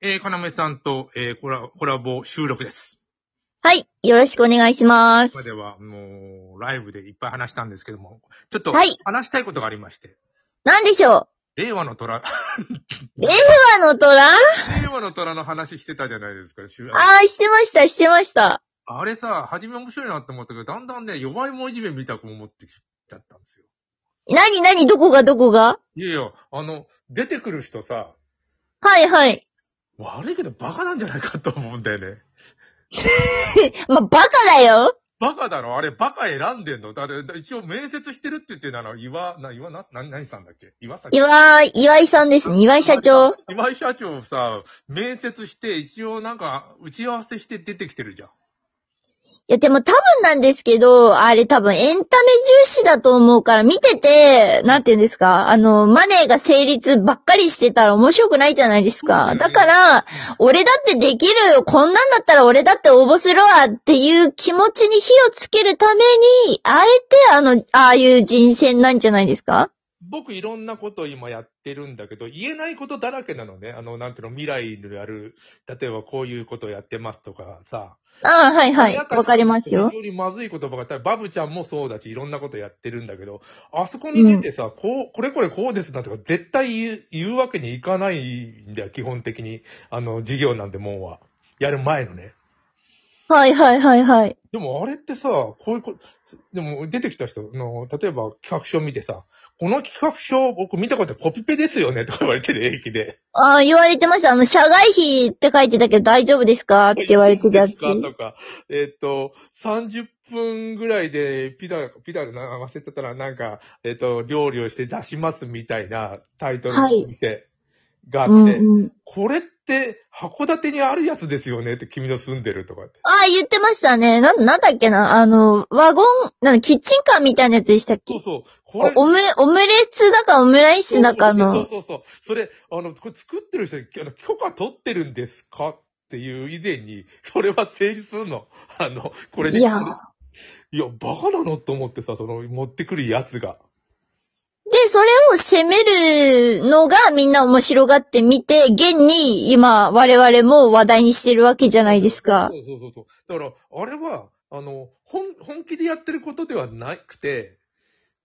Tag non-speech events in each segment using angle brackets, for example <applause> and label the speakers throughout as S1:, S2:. S1: えー、かなめさんと、えー、コラ、コラボ収録です。
S2: はい。よろしくお願いしま
S1: 今
S2: す
S1: ま。では、もう、ライブでいっぱい話したんですけども、ちょっと、
S2: はい
S1: 話したいことがありまして、
S2: なんでしょ
S1: 令和の虎、 <laughs>
S2: う令和の虎あ
S1: 令和の虎の話してたじゃないですか、収
S2: あー、してました、してました。
S1: あれさ、初め面白いなって思ったけど、だんだんね、弱いもんいじめみたく思ってきちゃったんですよ。
S2: なになにどこがどこが
S1: いやいや、あの、出てくる人さ、
S2: はいはい。
S1: 悪いけどバカなんじゃないかと思うんだよね。
S2: ま、バカだよ
S1: バカだろあれ、バカ選んでんのだって、一応面接してるって言ってるのは、岩、な、岩な、な、何さんだっけ岩崎。
S2: 岩井、岩井さんですね。岩井社長。。
S1: 岩井社長さ、面接して、一応なんか、打ち合わせして出てきてるじゃん。
S2: いや、でも多分なんですけど、あれ多分エンタメ重視だと思うから見てて、なんて言うんですかあの、マネーが成立ばっかりしてたら面白くないじゃないです
S1: そう
S2: か。
S1: だよ
S2: だ
S1: ね
S2: から、俺だってできるよ。こんなんだったら俺だって応募するわっていう気持ちに火をつけるために、あえてあの、ああいう人選なんじゃないですか
S1: 僕いろんなことを今やってるんだけど、言えないことだらけなのね。あの、なんていうの、未来のやる、例えばこういうことをやってますとかさ。
S2: ああ、はいはい。
S1: 親から
S2: わかりますよ
S1: 非。常にまずいことばっかり、バブちゃんもそうだし、いろんなことやってるんだけど、あそこに出てさ、こう、これこれこうですなんとか、絶対言う言うわけにいかないんだよ、基本的に。あの、授業なんてもんは。やる前のね。
S2: はいはいはいはい。
S1: でもあれってさ、こういうこと、でも出てきた人の、例えば企画書を見てさ、この企画書僕見たことコピペですよねとか言われてる、平気で。
S2: ああ、言われてました。あの、社外費って書いてたけど大丈夫ですかって言われてたや
S1: <laughs>
S2: つ。
S1: とか、えっ、と、30分ぐらいでピダ、ピダで流せてたらなんか、えっ、と、料理をして出しますみたいなタイトルのお店があって、
S2: うんうん。
S1: これって函館にあるやつですよねって君の住んでるとかって。
S2: ああ、言ってましたね。な、なんだっけな。あの、ワゴン、なんだ、キッチンカーみたいなやつでしたっ
S1: そう
S2: け
S1: そう、これ
S2: おオムレ、オムレツだかオムライスだかの。
S1: そうそうそうそう。それ、あの、これ作ってる人に、あの、許可取ってるんですかっていう以前に、それは成立するの。あの、これね
S2: いや、
S1: いや、バカなのと思ってさ、その、持ってくるやつが。
S2: で、それを攻めるのがみんな面白がって見て、現に今我々も話題にしてるわけじゃないですか
S1: そ。うそうそうそう。だから、あれは、あの、本、本気でやってることではなくて、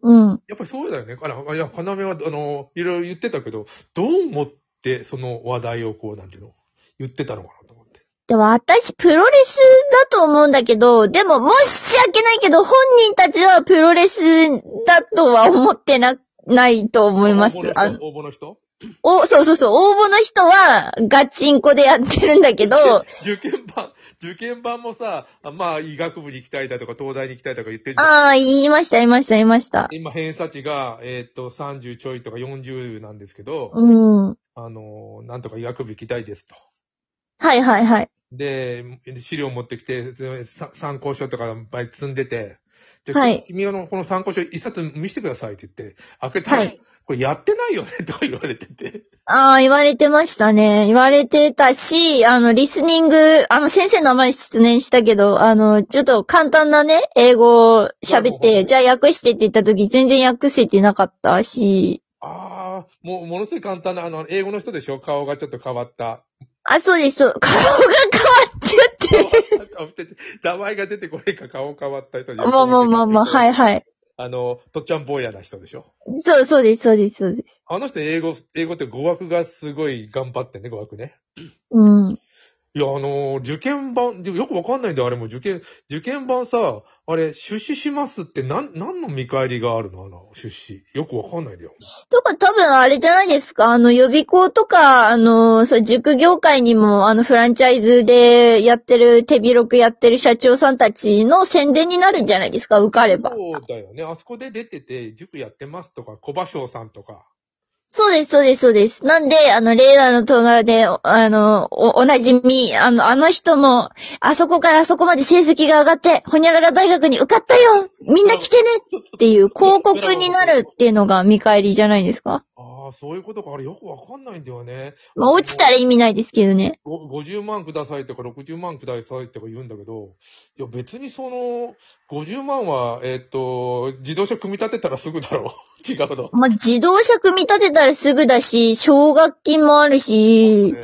S2: うん。
S1: やっぱりそうだよね。あら、いや、要は、あの、いろいろ言ってたけど、どう思って、その話題をこう、なんていうの、言ってたのかなと思って。
S2: でも私プロレスだと思うんだけど、でも申し訳ないけど本人たちはプロレスだとは思ってな、ないと思います
S1: 応募の。人
S2: あの
S1: 応募の人
S2: お、そうそうそう、応募の人はガチンコでやってるんだけ <laughs> ど、
S1: 受験版、受験版もさ、あまあ、医学部に行きたいだとか、東大に行きたいだとか言ってるじゃん。
S2: ああ、言いました、言いました、言いました。
S1: 今、偏差値が、えーっと、30ちょいとか40なんですけど、
S2: うん。
S1: あのー、なんとか医学部行きたいですと。
S2: はいはいはい。
S1: で、資料持ってきて、さ参考書とかいっぱい積んでて、で
S2: はい
S1: 君のこの参考書一冊見せてくださいって言って、開けたら、
S2: はい
S1: これやってないよねとか言われてて。
S2: ああ、言われてましたね。言われてたし、あの、リスニング、あの、先生の名前失念したけど、あの、ちょっと簡単なね、英語を喋っ
S1: はいは
S2: て、じゃあ訳してって言った時、全然訳せてなかったし、
S1: ああ、もう、ものすごい簡単な、あの、英語の人でしょ顔がちょっと変わった。
S2: あ、そうです、そう <laughs> 顔が <laughs> 変わってって。
S1: 名前が出てこないか顔変わった人。
S2: まあまあまあまあ、はいいはい。
S1: あの、とっちゃん坊やな人でしょ
S2: そう、そうです、そうです、そうです。
S1: あの人英語、英語って語学がすごい頑張ってんね、語学ね。
S2: うん。
S1: いや、あのー受験版、でもよくわかんないんだよ、あれも受験、受験版さ、あれ、出資しますってなん、なんの見返りがあるのあの、出資。よくわかんないんだよ。
S2: とか多分あれじゃないですか、あの予備校とか、あの、そう、塾業界にも、あのフランチャイズでやってる、手広くやってる社長さんたちの宣伝になるんじゃないですか、受かれば。
S1: そうだよね。あそこで出てて、塾やってますとか、小馬匠さんとか。
S2: そうです、そうです、そうです。なんで、あの、レーダーのトーナーで、おあの、お、おなじみ、あの、あの人も、あそこからあそこまで成績が上がって、ほにゃらら大学に受かったよみんな来てねっていう広告になるっていうのが見返りじゃないですか。
S1: ああ、そういうことか。あれ、よくわかんないんだよね。
S2: まあ、落ちたら意味ないですけどね。
S1: ご50万くださいとか60万くださいとか言うんだけど、いや別にその、50万は、えーっと、自動車組み立てたらすぐだろう。違 <laughs> うの。
S2: まあ、自動車組み立てたらすぐだし、奨学金もあるし、
S1: ね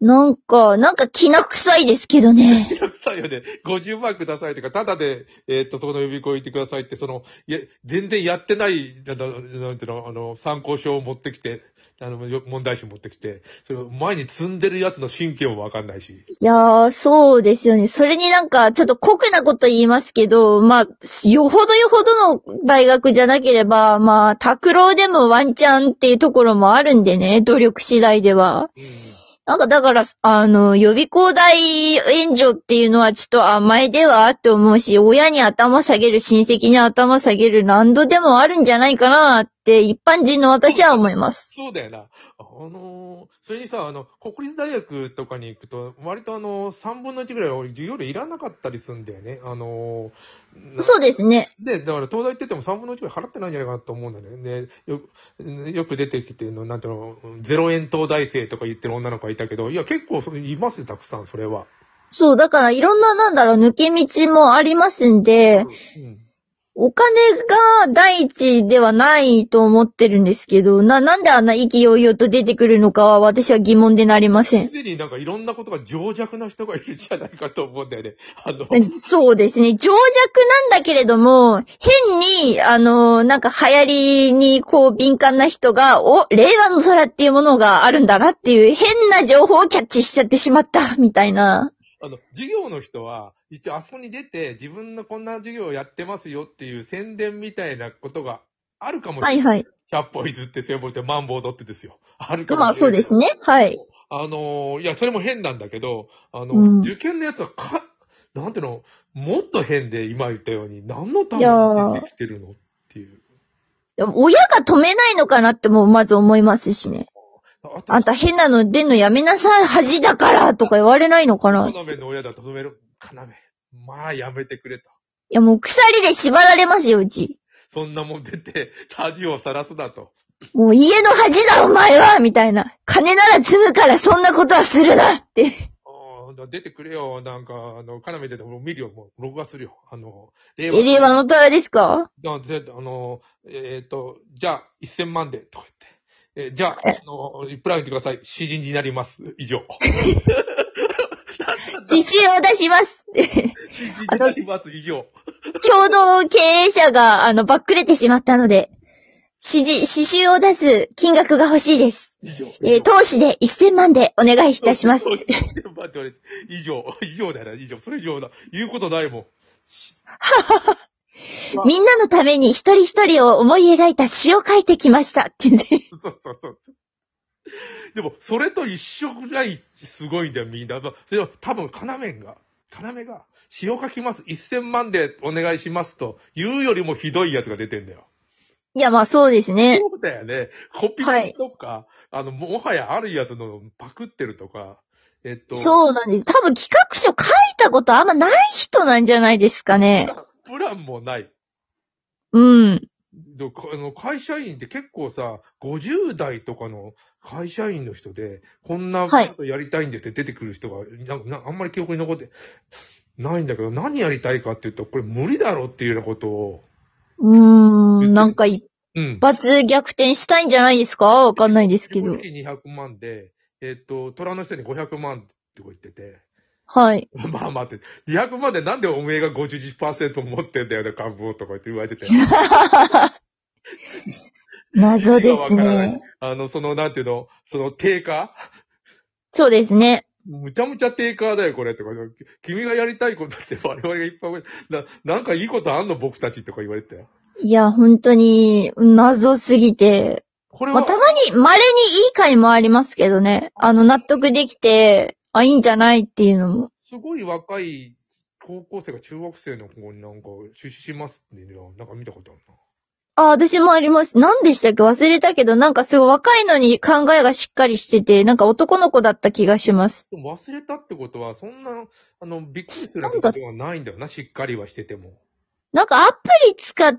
S2: なんか、なんか気な臭いですけどね。
S1: <laughs> さよで、50万くださいとか、ただで、えーっと、そこの予備校行ってくださいって、その、いや、全然やってない、なんだなんていうの、あの、参考書を持ってきて、あの、よ問題集持ってきて、それを前に積んでるやつの神経もわかんないし。
S2: いやー、そうですよね。それになんか、ちょっと酷なこと言いますけど、まあ、よほどよほどの大学じゃなければ、まあ、拓郎でもワンチャンっていうところもあるんでね、努力次第では。なんか、だから、あの、予備校代援助っていうのはちょっと甘えではって思うし、親に頭下げる、親戚に頭下げる、何度でもあるんじゃないかなって、一般人の私は思います。
S1: そうだよな。あのーそれにさ、あの、国立大学とかに行くと、割とあの、3分の1ぐらいは授業料いらなかったりするんだよね。あのーな
S2: そうですね。
S1: で、だから東大行ってても3分の1ぐらい払ってないんじゃないかなと思うんだよね。で、よよく出てきてるの、なんていうの、0円東大生とか言ってる女の子がいたけど、いや、結構それいますよ、たくさん、それは。
S2: そう、だからいろんな、なんだろう、抜け道もありますんで、
S1: うん。
S2: お金が第一ではないと思ってるんですけど、な、なんであんな意気揚々と出てくるのかは私は疑問でなりません
S1: す。でになんかいろんなことが情弱な人がいるんじゃないかと思うんだよね。あの、
S2: そうですね。情弱なんだけれども、変に、あの、なんか流行りにこう敏感な人が、お、令和の空っていうものがあるんだなっていう変な情報をキャッチしちゃってしまった、みたいな。
S1: あの、授業の人は、一応あそこに出て、自分のこんな授業をやってますよっていう宣伝みたいなことがあるかもしれな。
S2: はいいはい。
S1: 100歩譲って、1000歩譲って、万歩踊ってですよ。あるかもしれない。
S2: まあそうですね。はい。
S1: あのーいや、それも変なんだけど、あの、
S2: うん
S1: 受験のやつはか、なんていうの、もっと変で、今言ったように、何のた
S2: い
S1: め
S2: や
S1: に
S2: ー
S1: 出てきてるのっていう。
S2: でも親が止めないのかなってもまず思いますしね。
S1: あと、
S2: あんた変なの出んのやめなさい、恥だからとか言われないのかな。い
S1: 要の親だと止める。要。まあ、やめてくれと。
S2: やもう鎖で縛られますよ、うち。
S1: そんなもん出て、恥をさらすだと。
S2: もう家の恥だ、お前はみたいな。金なら積むからそんなことはするなって。
S1: あー出てくれよ、なんか、あの、要出て、もう見るよ、もう、録画するよ。あの、令
S2: エリーはの虎ですか
S1: だで、あの、えっ、と、じゃあ、1000万で、とか言って。えーじゃあ、
S2: え
S1: あの、プラグ見てください。詩人になります。以上。
S2: 指針を出します。
S1: 詩人になります。以上。
S2: 共同経営者が、あの、ばっくれてしまったので、指示、指針を出す金額が欲しいです。
S1: 以上。
S2: えー投資で1000万でお願いいたしま
S1: <laughs>
S2: す。
S1: そうそう1000万って言われて以上。以上だよな、以上。それ以上だ。言うことないもん。
S2: みんなのために一人一人を思い描いた詩を書いてきましたって言って。
S1: そうそうそうそう。でも、それと一緒ぐらいすごいんだよ、みんな。まあそれは多分、要が、要が、詩を書きます。1000万でお願いしますと、言うよりもひどいやつが出てんだよ。
S2: いや、まあそうですね。
S1: そうだよね。コピーとか、あの、もはやあるやつのパクってるとか、えっと、
S2: そうなんです。多分企画書書いたことあんまない人なんじゃないですかね。
S1: プランもない。
S2: うん。
S1: でかあの会社員って結構さ、50代とかの会社員の人で、こんな
S2: はい
S1: ことやりたいんですって出てくる人が、なんかなあんまり記憶に残ってないんだけど、何やりたいかっていうと、これ無理だろっていうようなことを、
S2: うーん、なんか一
S1: うん。
S2: 発逆転したいんじゃないですかわかんないですけど。
S1: 月200万で、えっと、虎の人に500万ってこう言ってて、 <laughs>
S2: はい。
S1: まあ待って、200万でなんでおめえが51%持ってんだよね、株をとかって言われ
S2: <laughs>
S1: てて。
S2: 謎
S1: 意味が
S2: です
S1: わからな
S2: ね
S1: い。あの、その、なんていうの、その低下
S2: そうですね。
S1: むちゃむちゃ低下だよ、これとか。君がやりたいことって我々がいっぱい、な、なんかいいことあんの僕たちとか言われてたよ。
S2: いや、本当に、謎すぎて。
S1: これ
S2: ま
S1: は、
S2: あ、たまに、稀にいい回もありますけどね。あの、納得できて、あ、いいんじゃないっていうのも。
S1: すごい若い高校生が中学生の子になんか出資しますってね、なんか見たことあるな。
S2: あ、私もあります。何でしたっけ忘れたけど、なんかすごい若いのに考えがしっかりしてて、なんか男の子だった気がします。
S1: でも忘れたってことは、そんな、あの、びっくりするようなことではないんだよな、しっかりはしてても。
S2: なんかアプリ使っ、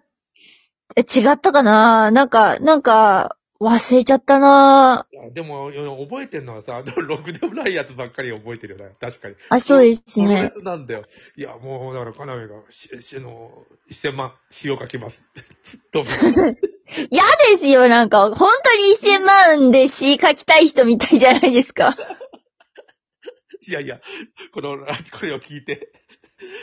S2: え違ったかななんか、なんか、忘れちゃったない
S1: や、でも、いや覚えてるのはさ、あのろくでもないやつばっかり覚えてるよな。確かに。
S2: あ、そうです
S1: そのや
S2: ね。
S1: つなんだよ。いや、もう、だから、かなめが、し、し、あの、1000万、詩を書きます。 <laughs> どうも。
S2: 嫌ですよ、なんか。本当に1000万で詩書きたい人みたいじゃないですか。
S1: いやいや、この、これを聞いて、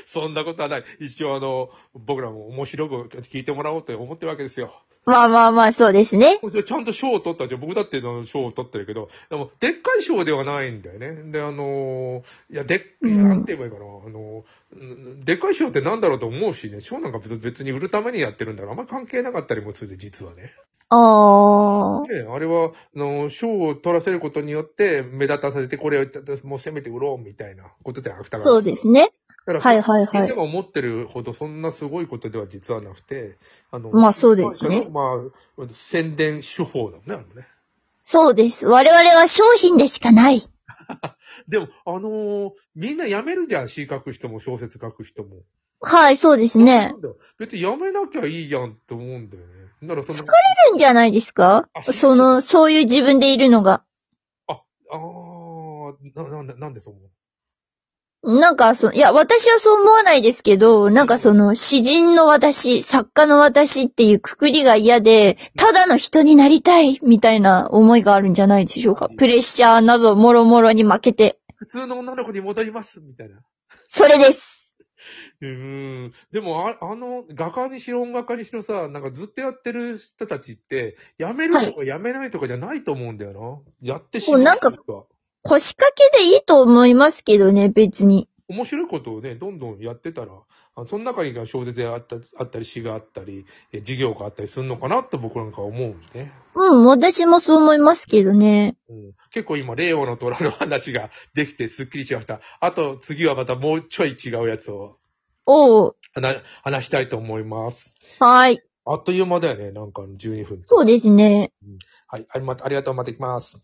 S1: そんなことはない。一応あの、僕らも面白く聞いてもらおうと思ってるわけですよ。
S2: <laughs> まあまあまあ、そうですね。
S1: ちゃんと賞を取ったじゃん。僕だってあの賞を取ってるけど、でも、でっかい賞ではないんだよね。で、あのーいや、でっ、
S2: うん
S1: なんて言えばいいかな。あのーでっかい賞ってなんだろうと思うしね、賞なんか別に売るためにやってるんだから、あんまり関係なかったりもする、実はね。
S2: あー。
S1: ねあれは、あの、賞を取らせることによって、目立たせて、これを、もうせめて売ろうみたいなことで、芥川
S2: そうですね。
S1: だから、
S2: はいはい
S1: み
S2: は。
S1: んないが思ってるほど、そんなすごいことでは実はなくて、あの、
S2: まあそうですね
S1: まあ、宣伝手法だもんね、あのね。
S2: そうです。我々は商品でしかない。
S1: でも、あのーみんな辞めるじゃん、詩書く人も小説書く人も。
S2: はい、そうですね
S1: な。んだよ別に辞めなきゃいいじゃんって思うんだよね。ならその、
S2: あるんじゃないですか
S1: あ
S2: その、そういう自分でいるのが。
S1: ああ、な、なんで、なんでそう思う
S2: なんか、そ、いや、私はそう思わないですけど、なんかその、詩人の私、作家の私っていうくくりが嫌で、ただの人になりたい、みたいな思いがあるんじゃないでしょうか。プレッシャーなど、もろもろに負けて。
S1: 普通の女の子に戻ります、みたいな。
S2: それです。
S1: うーん。でもあ、あの、画家にしろ音楽家にしろさ、なんかずっとやってる人たちって、やめるとかやめないとかじゃないと思うんだよな。やってしまう。
S2: なんか腰掛けでいいと思いますけどね、別に。
S1: 面白いことをね、どんどんやってたら、あその中に小説があったあったり、詩があったり、え授業があったりするのかなって僕なんか思うんですね。
S2: うん、私もそう思いますけどね。
S1: うん、結構今、令和の虎の話ができてすっきりしました。あと、次はまたもうちょい違うやつを
S2: おう、
S1: 話話したいと思います。
S2: はい。
S1: あっという間だよね、なんか12分。
S2: そうですね。
S1: はい、ありまありがとう、また行きます。